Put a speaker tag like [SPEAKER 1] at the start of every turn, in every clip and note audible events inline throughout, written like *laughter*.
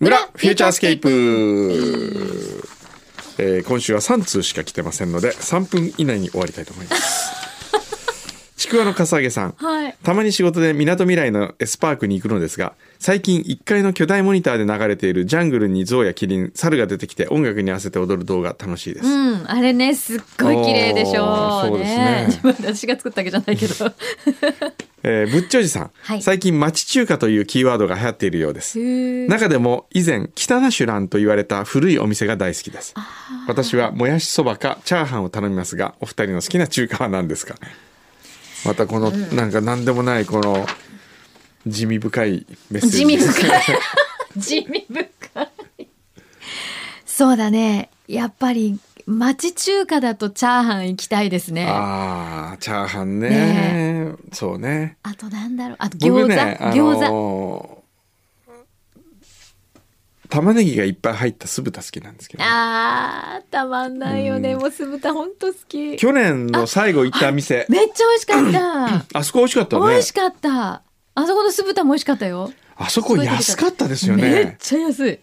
[SPEAKER 1] ューチャースケープ、えー今週は3通しか来てませんので3分以内に終わりたいと思います
[SPEAKER 2] *laughs*
[SPEAKER 1] ちくわのかさあげさん
[SPEAKER 2] はい。
[SPEAKER 1] たまに仕事で港未来のエスパークに行くのですが最近1階の巨大モニターで流れているジャングルに象やキリン猿が出てきて音楽に合わせて踊る動画楽しいです、
[SPEAKER 2] うん、あれね、すっごい綺麗でしょ
[SPEAKER 1] おーそうですね
[SPEAKER 2] 自分私が作ったわけじゃないけ
[SPEAKER 1] *laughs*
[SPEAKER 2] ど。
[SPEAKER 1] えーぶっちょじさん、
[SPEAKER 2] はい
[SPEAKER 1] 最近町中華というキーワードが流行っているようです中でも以前北ナシュランと言われた古いお店が大好きです私はもやしそばかチャーハンを頼みますがお二人の好きな中華は何ですかまたこの、なんか何でもないこの地味深いメッセージ
[SPEAKER 2] 地味
[SPEAKER 1] *laughs* です
[SPEAKER 2] 深い。地味深い。そうだね。やっぱり、町中華だとチャーハン行きたいですね。あ
[SPEAKER 1] ああチャーハンね
[SPEAKER 2] ね
[SPEAKER 1] そうね
[SPEAKER 2] となんだろう。あと餃
[SPEAKER 1] 僕
[SPEAKER 2] 子、
[SPEAKER 1] ね、あ
[SPEAKER 2] 餃子。
[SPEAKER 1] のー玉ねぎがいっぱい入った酢豚好きなんですけどね、
[SPEAKER 2] あー、たまんないよね。
[SPEAKER 1] うん
[SPEAKER 2] もう酢豚ほんと好き。めっち
[SPEAKER 1] 去年の最後行った店
[SPEAKER 2] ゃ美味し
[SPEAKER 1] *coughs*
[SPEAKER 2] かった。
[SPEAKER 1] あそこ美味しかった
[SPEAKER 2] 美
[SPEAKER 1] ね
[SPEAKER 2] 味しかった。あそこの酢豚も美味しかったよ。
[SPEAKER 1] あそこ安かったですよ
[SPEAKER 2] めっ
[SPEAKER 1] ね
[SPEAKER 2] ちゃ安い。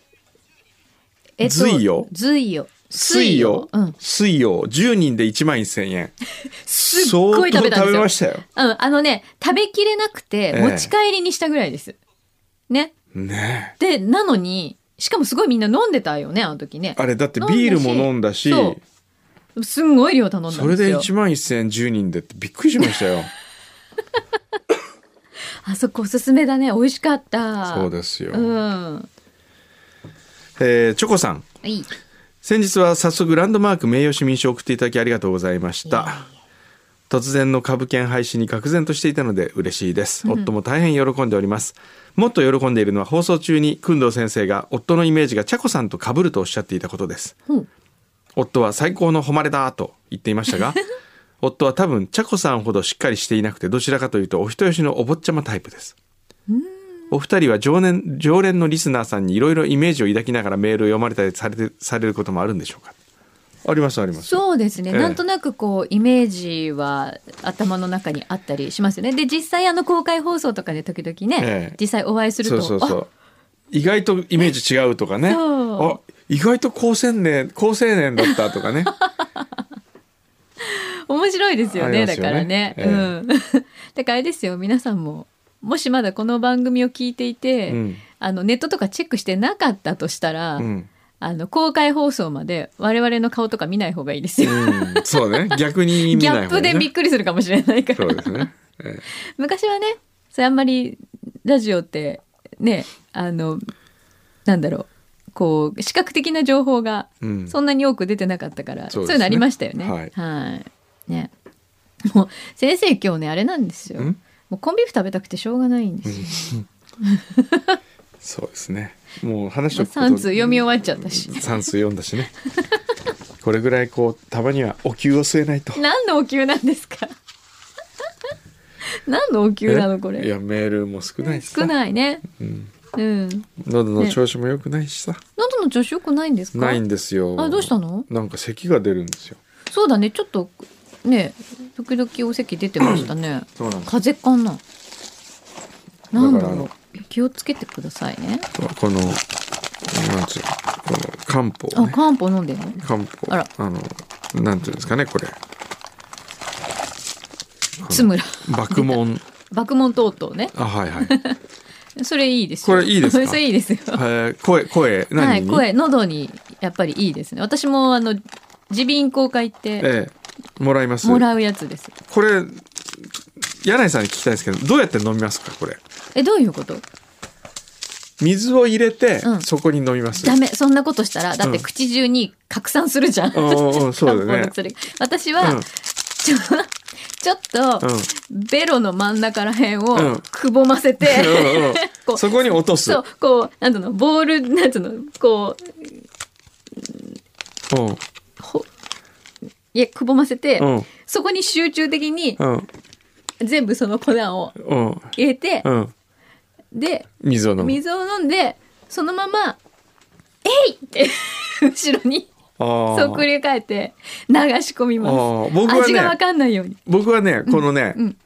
[SPEAKER 2] え
[SPEAKER 1] 随よ
[SPEAKER 2] 随よ。
[SPEAKER 1] 水曜
[SPEAKER 2] うん。
[SPEAKER 1] 水曜10人で1万1000円
[SPEAKER 2] *laughs* すっごい食べたん
[SPEAKER 1] 相当
[SPEAKER 2] ですよ。
[SPEAKER 1] 食べましたよ
[SPEAKER 2] うん、あのね、食べきれなくて、
[SPEAKER 1] ええ
[SPEAKER 2] 持ち帰りにしたぐらいです。ね。
[SPEAKER 1] ね
[SPEAKER 2] で、なのに、しかもすごいみんな飲んでたよね、あの時ね
[SPEAKER 1] え。あれだってビールも飲んだし
[SPEAKER 2] 飲んだしすんごい量頼んだんです
[SPEAKER 1] そ
[SPEAKER 2] よ。
[SPEAKER 1] れで1万1000円10人でってびっくりしましたよ
[SPEAKER 2] *laughs* あそこおすすめだね。美味しかった。
[SPEAKER 1] そうですよ、
[SPEAKER 2] うん。は
[SPEAKER 1] えーチョコさん
[SPEAKER 2] い。
[SPEAKER 1] 先日は早速ランドマーク名誉市民賞を送っていただきありがとうございました突然の株券廃止に愕然としていたので嬉しいです夫も大変喜んでおります、もっと喜んでいるのは放送中に工藤先生が夫のイメージが茶子さんと被るとおっしゃっていたことです
[SPEAKER 2] うん
[SPEAKER 1] 夫は最高の誉れだと言っていまし
[SPEAKER 2] *laughs*
[SPEAKER 1] たが夫は多分茶子さんほどしっかりしていなくてどちらかというとお人よしのお坊ちゃまタイプですお二人は常年常連のリスナーさんにいろいろイメージを抱きながらメールを読まれたりされてされることもあるんでしょうかありますあります
[SPEAKER 2] そうですね、
[SPEAKER 1] ええ
[SPEAKER 2] なんとなくこうイメージは頭の中にあったりしますよねで実際あの公開放送とかで時々ね、
[SPEAKER 1] ええ
[SPEAKER 2] 実際お会いする
[SPEAKER 1] そ
[SPEAKER 2] と
[SPEAKER 1] うそうそう意外とイメージ違うとかね
[SPEAKER 2] そう
[SPEAKER 1] あ意外と高青年高青年だったとか
[SPEAKER 2] *laughs*
[SPEAKER 1] ね
[SPEAKER 2] あ面白いですよ
[SPEAKER 1] あ
[SPEAKER 2] ね
[SPEAKER 1] りま
[SPEAKER 2] だ
[SPEAKER 1] すよ
[SPEAKER 2] か
[SPEAKER 1] ね
[SPEAKER 2] らね、
[SPEAKER 1] ええ
[SPEAKER 2] うん、 *laughs* だからあれですよ皆さんももしまだこの番組を聞いていて、
[SPEAKER 1] うん
[SPEAKER 2] あのネットとかチェックしてなかったとしたら、
[SPEAKER 1] うん、
[SPEAKER 2] あの公開放送まで我々の顔とか見ない方がいいですよ、
[SPEAKER 1] うん、そうね逆に見
[SPEAKER 2] ギ
[SPEAKER 1] な
[SPEAKER 2] ャッ
[SPEAKER 1] い方が
[SPEAKER 2] プ
[SPEAKER 1] ね
[SPEAKER 2] でびっくりするかもしれないか
[SPEAKER 1] そうで
[SPEAKER 2] ら
[SPEAKER 1] すね、ええ
[SPEAKER 2] 昔はねそれあんまりラジオってねあのなんだろうこう視覚的な情報が
[SPEAKER 1] うん
[SPEAKER 2] そんなに多く出てなかったから、
[SPEAKER 1] そ
[SPEAKER 2] そうう
[SPEAKER 1] ですね
[SPEAKER 2] いうのありましたよね。
[SPEAKER 1] はい
[SPEAKER 2] いねもう先生今日ねあれなんですよ。
[SPEAKER 1] ん
[SPEAKER 2] もうコンビーフ食べたくてしょうがないんです
[SPEAKER 1] そうですね。もう話し
[SPEAKER 2] よ。
[SPEAKER 1] とく
[SPEAKER 2] 3通読み終わっちゃったし。
[SPEAKER 1] 三通読んだしね。これぐらいこうたまにはお灸を据えないと。
[SPEAKER 2] 何のお灸なんですか *laughs* 何のお灸なのこ
[SPEAKER 1] えい
[SPEAKER 2] れ。
[SPEAKER 1] やメールも少ないしさ。
[SPEAKER 2] 少ないね。
[SPEAKER 1] うん
[SPEAKER 2] うん。
[SPEAKER 1] 喉の調子も良くないしさ。
[SPEAKER 2] 喉の調子良くないんですか
[SPEAKER 1] ないんですよ。
[SPEAKER 2] あどうしたの
[SPEAKER 1] なんか咳が出るんですよ。
[SPEAKER 2] そうだね、ちょっとね、時々お席出てましたね。
[SPEAKER 1] そうなんです。
[SPEAKER 2] 風邪かな。なんだ
[SPEAKER 1] だ
[SPEAKER 2] ろ
[SPEAKER 1] か
[SPEAKER 2] う。気をつけてくださいね。
[SPEAKER 1] このなんつうのこの漢方を
[SPEAKER 2] あ、
[SPEAKER 1] ね。
[SPEAKER 2] 漢方飲んでるの。
[SPEAKER 1] 漢方。
[SPEAKER 2] あら
[SPEAKER 1] のなんていうんですかねこれ。
[SPEAKER 2] つむら。
[SPEAKER 1] 爆
[SPEAKER 2] *laughs*
[SPEAKER 1] 門。
[SPEAKER 2] 爆問等々ね。
[SPEAKER 1] あはいはい。
[SPEAKER 2] それいいですよ。
[SPEAKER 1] これいいです
[SPEAKER 2] *laughs*
[SPEAKER 1] か
[SPEAKER 2] それいいですよ。
[SPEAKER 1] えー声声何に？
[SPEAKER 2] はい、声、喉にやっぱりいいですね。私もあの耳鼻咽喉科行って
[SPEAKER 1] ええもらいます。
[SPEAKER 2] もらうやつです。
[SPEAKER 1] これ柳井さんに聞きたいんですけどどうやって飲みますかこれ
[SPEAKER 2] え、どういうこと？
[SPEAKER 1] 水を入れて、
[SPEAKER 2] うん
[SPEAKER 1] そこに飲みます
[SPEAKER 2] ダメ、そんなことしたらだって口中に拡散するじゃん。
[SPEAKER 1] うんうんう
[SPEAKER 2] *laughs*
[SPEAKER 1] んそうだよね
[SPEAKER 2] 漢方の薬私
[SPEAKER 1] う
[SPEAKER 2] は、
[SPEAKER 1] ん
[SPEAKER 2] ちょ *laughs* ちょっと、ベロの真ん中らへん
[SPEAKER 1] う
[SPEAKER 2] を
[SPEAKER 1] ん
[SPEAKER 2] くぼませて、
[SPEAKER 1] *laughs* うんうんうん
[SPEAKER 2] こう
[SPEAKER 1] そこに落とす
[SPEAKER 2] そうこうなんつうのボールなんつうのこう
[SPEAKER 1] うん
[SPEAKER 2] ほいやくぼませて、
[SPEAKER 1] うん
[SPEAKER 2] そこに集中的に
[SPEAKER 1] うん
[SPEAKER 2] 全部その粉を
[SPEAKER 1] うん
[SPEAKER 2] 入れて
[SPEAKER 1] う、ん
[SPEAKER 2] で
[SPEAKER 1] 水を飲む
[SPEAKER 2] 水を飲んでそのまま「えい!」って *laughs* 後ろに
[SPEAKER 1] あー
[SPEAKER 2] そう繰り返って流し込み
[SPEAKER 1] あ
[SPEAKER 2] ます。
[SPEAKER 1] ー僕
[SPEAKER 2] 味が
[SPEAKER 1] は
[SPEAKER 2] わ
[SPEAKER 1] ね
[SPEAKER 2] かんないように。
[SPEAKER 1] 僕はねこのね、
[SPEAKER 2] うん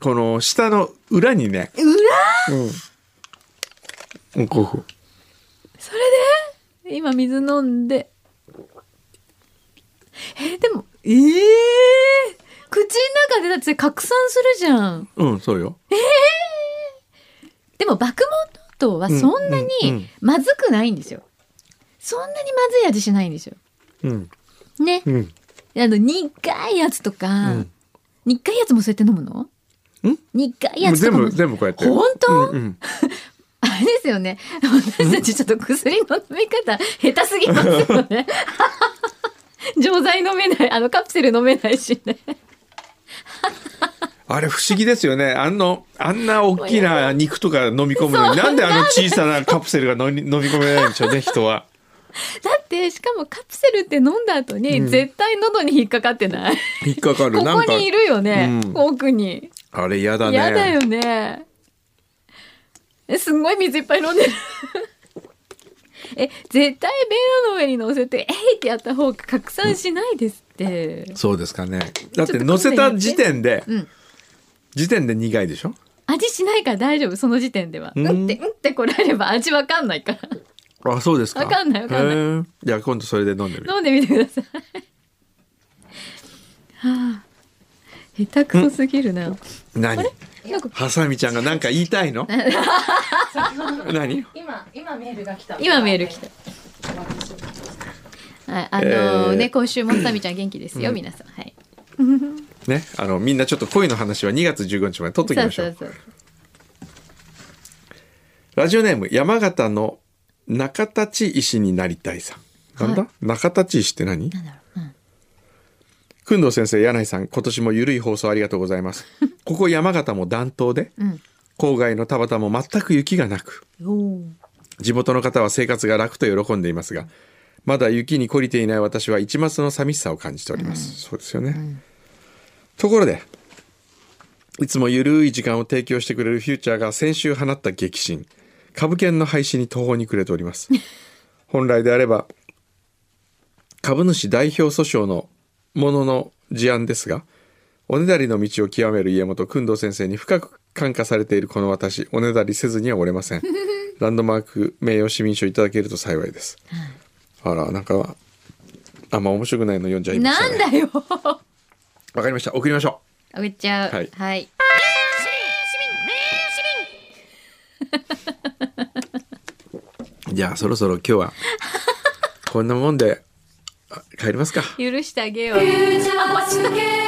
[SPEAKER 1] この下の裏にね裏うんもうこう
[SPEAKER 2] それで今水飲んで。えー、でも、ええー、口の中でだって拡散するじゃん。
[SPEAKER 1] うんそうよ
[SPEAKER 2] でも、爆問納豆はそんな
[SPEAKER 1] うんうんう
[SPEAKER 2] に
[SPEAKER 1] ん
[SPEAKER 2] まずくないんですよ。そんなにまずい味しないんですよ。
[SPEAKER 1] うん
[SPEAKER 2] ね。
[SPEAKER 1] うん
[SPEAKER 2] あの、苦いやつとか、
[SPEAKER 1] うん
[SPEAKER 2] 苦いやつもそうやって飲むの
[SPEAKER 1] ん
[SPEAKER 2] 苦い
[SPEAKER 1] も
[SPEAKER 2] や
[SPEAKER 1] う
[SPEAKER 2] つと
[SPEAKER 1] 全
[SPEAKER 2] かも
[SPEAKER 1] 部全部こうやって
[SPEAKER 2] 本当、
[SPEAKER 1] うんうん
[SPEAKER 2] あれですよね。私たちちょっと薬の飲み方、下手すぎますよ
[SPEAKER 1] *laughs*
[SPEAKER 2] ね。錠剤飲めない、あのカプセル飲めないしね。
[SPEAKER 1] あれ不思議ですよねあのあんな大きな肉とか飲み込むのになんであの小さなカプセルが飲み飲み込めないんでしょうね人は
[SPEAKER 2] だって、しかもカプセルって飲んだ後に、絶対喉に引っかかってない。
[SPEAKER 1] 引っかかる
[SPEAKER 2] こ
[SPEAKER 1] な
[SPEAKER 2] こ
[SPEAKER 1] んか
[SPEAKER 2] にいるよね、
[SPEAKER 1] うん
[SPEAKER 2] 奥に。
[SPEAKER 1] あれ嫌だね
[SPEAKER 2] 嫌だよね。えすんごい水いっぱい飲んでる。え、絶対ベロの上に乗せて、えいってやった方が拡散しないですって。
[SPEAKER 1] そうですかねだっ
[SPEAKER 2] ちょ
[SPEAKER 1] て
[SPEAKER 2] っと
[SPEAKER 1] 乗せた時点で
[SPEAKER 2] うん。
[SPEAKER 1] 時点で苦いでしょ
[SPEAKER 2] 味しないから大丈夫、その時点では。
[SPEAKER 1] うん
[SPEAKER 2] うんって、うんってこられれば *laughs* 味わかんないから。
[SPEAKER 1] あそうですか
[SPEAKER 2] わかんないわかんない
[SPEAKER 1] へーじゃあ今度それで飲んでみる
[SPEAKER 2] 飲んでみてください。はあ。下手くそすぎるな。
[SPEAKER 1] 何
[SPEAKER 2] なんか
[SPEAKER 1] ハサミちゃんが何か言いたいの
[SPEAKER 2] *laughs*
[SPEAKER 1] 何
[SPEAKER 3] 今今メールが来た
[SPEAKER 2] 今メール来た。はい、あのー
[SPEAKER 1] えー
[SPEAKER 2] ね、今週もさみちゃん元気ですよ、
[SPEAKER 1] うん
[SPEAKER 2] 皆さん。はい。
[SPEAKER 1] ねあのみんなちょっと恋の話は2月15日まで取っときましょう
[SPEAKER 2] そうそうそう
[SPEAKER 1] ラジオネーム山形の中立医師になりたいさんなんだ、
[SPEAKER 2] は
[SPEAKER 1] 中立医師って何
[SPEAKER 2] なんだろう。うん
[SPEAKER 1] くんどう先生柳井さん今年もゆるい放送ありがとうございます
[SPEAKER 2] *laughs*
[SPEAKER 1] ここ山形も暖冬で、
[SPEAKER 2] ん
[SPEAKER 1] 郊外の田端も全く雪がなく地元の方は生活が楽と喜んでいますがまだ雪に懲りていない私は一抹の寂しさを感じております、そうですよね、ところでいつもゆるい時間を提供してくれるフューチャーが先週放った激震株券の廃止に途方に暮れております
[SPEAKER 2] *laughs*
[SPEAKER 1] 本来であれば株主代表訴訟のものの事案ですがおねだりの道を極める家元工藤先生に深く感化されているこの私おねだりせずにはおれませ
[SPEAKER 2] *laughs*
[SPEAKER 1] んランドマーク名誉市民賞いただけると幸いですあらなんかあんま面白くないの読んじゃいました
[SPEAKER 2] なん
[SPEAKER 1] ね
[SPEAKER 2] だよ。
[SPEAKER 1] わかりました送りましょ
[SPEAKER 2] あ *laughs* げちゃう。は
[SPEAKER 1] はいい。うじゃあそろそろ今日はこんなもんであ帰りますか
[SPEAKER 2] 許してあげよう。